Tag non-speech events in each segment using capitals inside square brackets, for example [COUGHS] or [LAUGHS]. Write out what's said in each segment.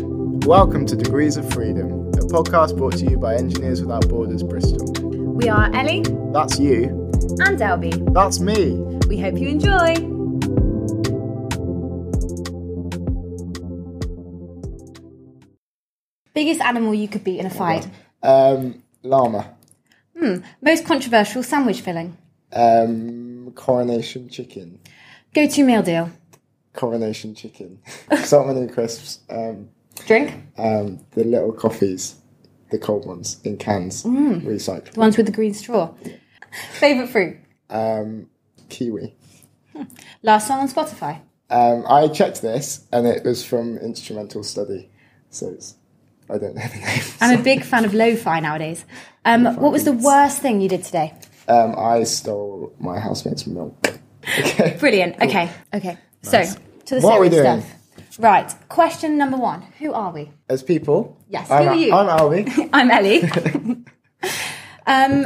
Welcome to Degrees of Freedom, a podcast brought to you by Engineers Without Borders Bristol. We are Ellie That's you. and Elby. That's me. We hope you enjoy. Biggest animal you could beat in a fight? Um, llama. Most controversial sandwich filling? Um, coronation chicken. Go to meal deal? Coronation [LAUGHS] chicken. Saltman and crisps. Um, Drink? um, the little coffees, the cold ones in cans, Mm. recycled. The ones with the green straw? Favourite fruit? Um, kiwi. Last song on Spotify? Um, I checked this, and it was from Instrumental Study, so it's, I don't know the name. I'm a big fan of lo-fi nowadays. Um, what was the worst thing you did today? Um, I stole my housemate's milk. Okay. Brilliant. Okay. Okay. So, to the What are we serious doing? stuff. Right. Question number one. Who are we? As people. Yes, I'm, who are you? I'm Albie. [LAUGHS] I'm Ellie.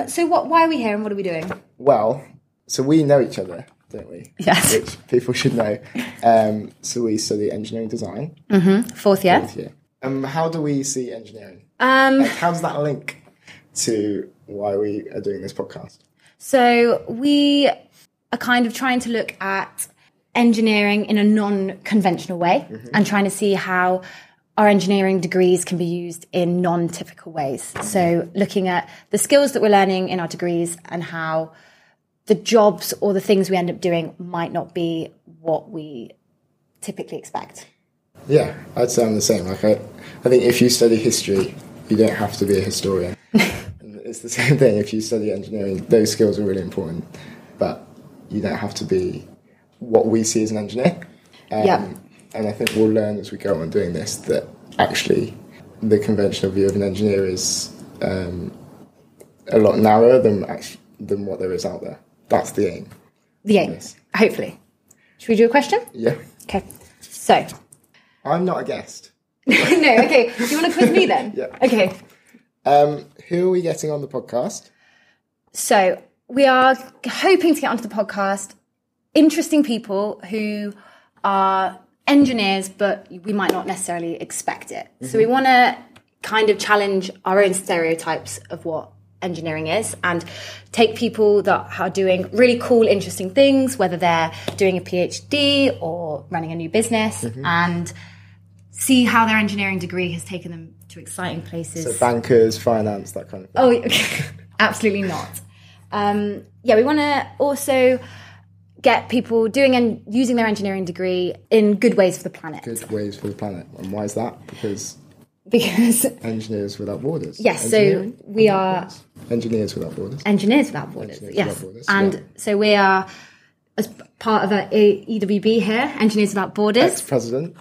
um, so what? Why are we here and what are we doing? well, so we know each other, don't we? Yes. Which people should know. Um, so we study engineering design. Fourth year. Yeah. Um, how do we see engineering? Um, Like, how does that link to why we are doing this podcast? so we are kind of trying to look at engineering in a non-conventional way and trying to see how our engineering degrees can be used in non-typical ways. So looking at the skills that we're learning in our degrees and how the jobs or the things we end up doing might not be what we typically expect. Yeah, I'd say I'm the same. Like I, I think if you study history, you don't have to be a historian. and it's the same thing. If you study engineering, those skills are really important, but you don't have to be what we see as an engineer. Um, Yeah. And I think we'll learn as we go on doing this that actually the conventional view of an engineer is um, a lot narrower than act- than what there is out there. That's the aim. The aim, Yes. hopefully. Should we do a question? Yeah. Okay. So, [LAUGHS] I'm not a guest. no, okay. Do you want to quiz me then? Yeah. Okay. Um, who are we getting on the podcast? So, we are hoping to get onto the podcast interesting people who are engineers, but we might not necessarily expect it. So, we want to kind of challenge our own stereotypes of what engineering is and take people that are doing really cool, interesting things, whether they're doing a PhD or running a new business, and see how their engineering degree has taken them to exciting places. Bankers, finance, that kind of thing. Oh, [LAUGHS] okay. absolutely not. Um, yeah, we want to also get people doing and using their engineering degree in good ways for the planet. good ways for the planet. And why is that? Because Because [LAUGHS] engineers without borders. yes, so Engineering? we are engineers without borders. engineers without borders. Engineers yes, Without Borders, and yeah. so we are as part of our E- EWB here, Engineers Without Borders. [LAUGHS] President.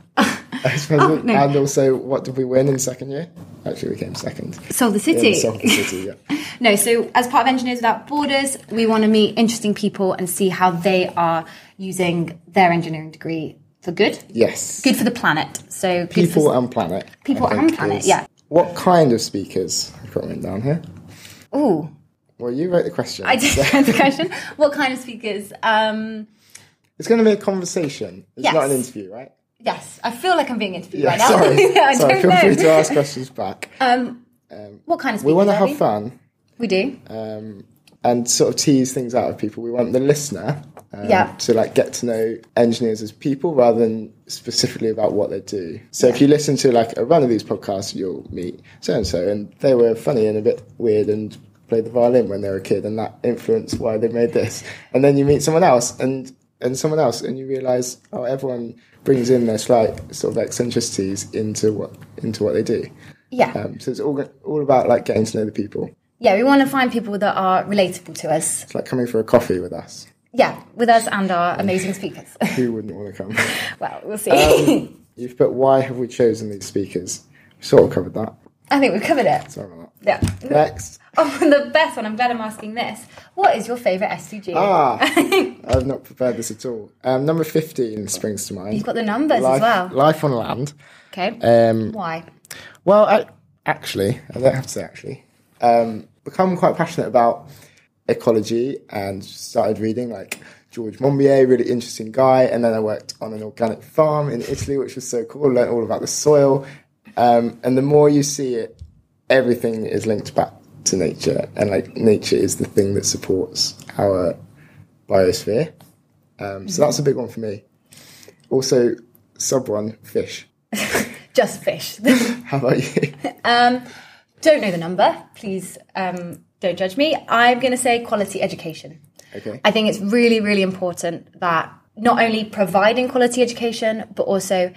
Ex president. Oh, no. And also, what did we win in second year? Actually, we came second. Solve the In city. Suffolk City, yeah. [LAUGHS] No, so as part of Engineers Without Borders, we want to meet interesting people and see how they are using their engineering degree for good. Yes. Good for the planet. So good People for and planet. I People think, and planet, is- yeah. What kind of speakers? I've got written down here. Ooh, Well, you wrote the question. I [LAUGHS] did answer the question. What kind of speakers? Um, It's going to be a conversation. It's Yes. not an interview, right? yes, I feel like I'm being interviewed Yeah, right now. sorry. [LAUGHS] I sorry, don't feel know. free to ask questions [LAUGHS] back. What kind of we speakers? want to are have fun. We do. um, and sort of tease things out of people. We want the listener um, Yeah. to like get to know engineers as people rather than specifically about what they do. So if you listen to like a run of these podcasts, you'll meet so and so, and they were funny and a bit weird and played the violin when they were a kid, and that influenced why they made this. And then you meet someone else, and and someone else, and you realise oh, everyone brings in their slight sort of eccentricities into what into what they do. Yeah, Um, so it's all all about like getting to know the people. yeah. We want to find people that are relatable to us. It's like coming for a coffee with us. Yeah, with us and our amazing speakers. [LAUGHS] Who wouldn't want to come? [COUGHS] well, we'll see. Um, You've put why have we chosen these speakers? We sort of covered that. [LAUGHS] I think we've covered it. Sorry about that. Yeah. [LAUGHS] Next. Oh, the best one. I'm glad I'm asking this. What is your favourite SDG? Ah, I've not prepared this at all. Um, number 15 springs to mind. You've got the numbers life, as well. Life on land. Okay. Um, Why? well, I, actually, I don't have to say actually, um, become quite passionate about ecology and started reading like George Monbiot, really interesting guy. And then I worked on an organic farm in Italy, which was so cool. Learned all about the soil Um, and the more you see it, everything is linked back to nature, and like nature is the thing that supports our biosphere. Um, so that's a big one for me. Also, sub one fish. [LAUGHS] Just fish. [LAUGHS] How about you? don't know the number. Please um, don't judge me. I'm going to say quality education. Okay. I think it's really, really important that not only providing quality education, but also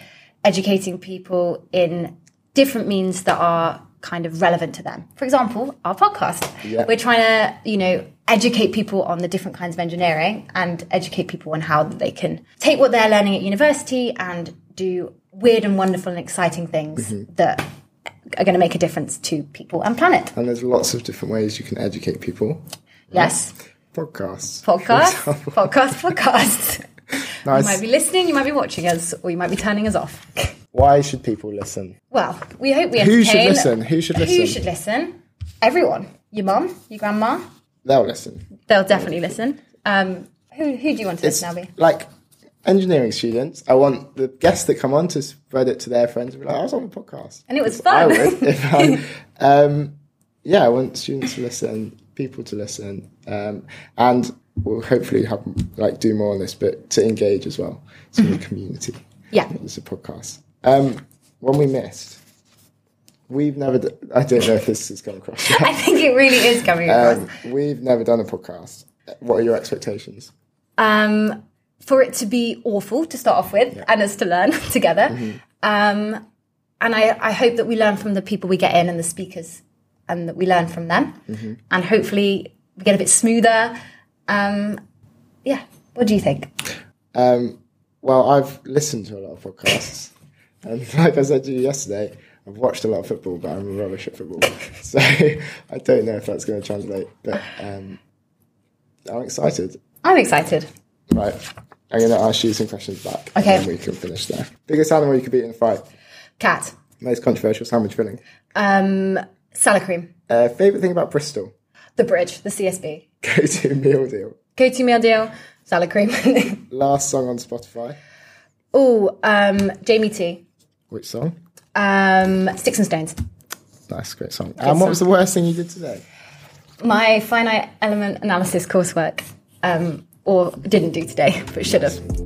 educating people in different means that are kind of relevant to them. For example, our podcast. Yeah. We're trying to, you know, educate people on the different kinds of engineering and educate people on how they can take what they're learning at university and do weird and wonderful and exciting things that are going to make a difference to people and planet. And there's lots of different ways you can educate people. Yes. Podcasts. Podcast, podcast, podcast. You might Nice. be listening, you might be watching us, or you might be turning us off. Why should people listen? Well, we hope we entertain. Who should listen? Who should listen? Who should listen? Everyone. Your mum, your grandma. They'll listen. They'll definitely listen. Um, who, who do you want to It's listen, Abby? like engineering students. I want the guests that come on to spread it to their friends and be like, "Oh, I was on the podcast. And it was I fun. [LAUGHS] would. If I, um, yeah, I want students to listen, people to listen, um, and we'll hopefully have like do more on this, but to engage as well. It's in the community. Mm-hmm. Yeah. it's a podcast. Um, one we missed. We've never. D- I don't know if this has come across. yet. I think it really is coming across. Um, we've never done a podcast. What are your expectations? um, for it to be awful to start off with and us to learn [LAUGHS] together. Mm-hmm. Um, and I, I hope that we learn from the people we get in and the speakers and that we learn from them. Mm-hmm. And hopefully we get a bit smoother. Um, yeah. What do you think? Um, well, I've listened to a lot of podcasts, [LAUGHS] and like I said to you yesterday, I've watched a lot of football, but I'm rubbish at football, [LAUGHS] so I don't know if that's going to translate. But um, I'm excited. I'm excited. Right, I'm going to ask you some questions back, Okay. and then we can finish there. Biggest animal you could beat in a fight? Cat, Most controversial sandwich filling. um, salad cream, Uh, favorite thing about Bristol? [LAUGHS] the bridge, the CSB, Go-to meal deal. go to meal deal, salad cream. [LAUGHS] Last song on Spotify. oh, um, Jamie T, Which song? um, Sticks and Stones. Nice, great song. and what was the worst thing you did today? my finite element analysis coursework, um, or didn't do today, [LAUGHS] but should have.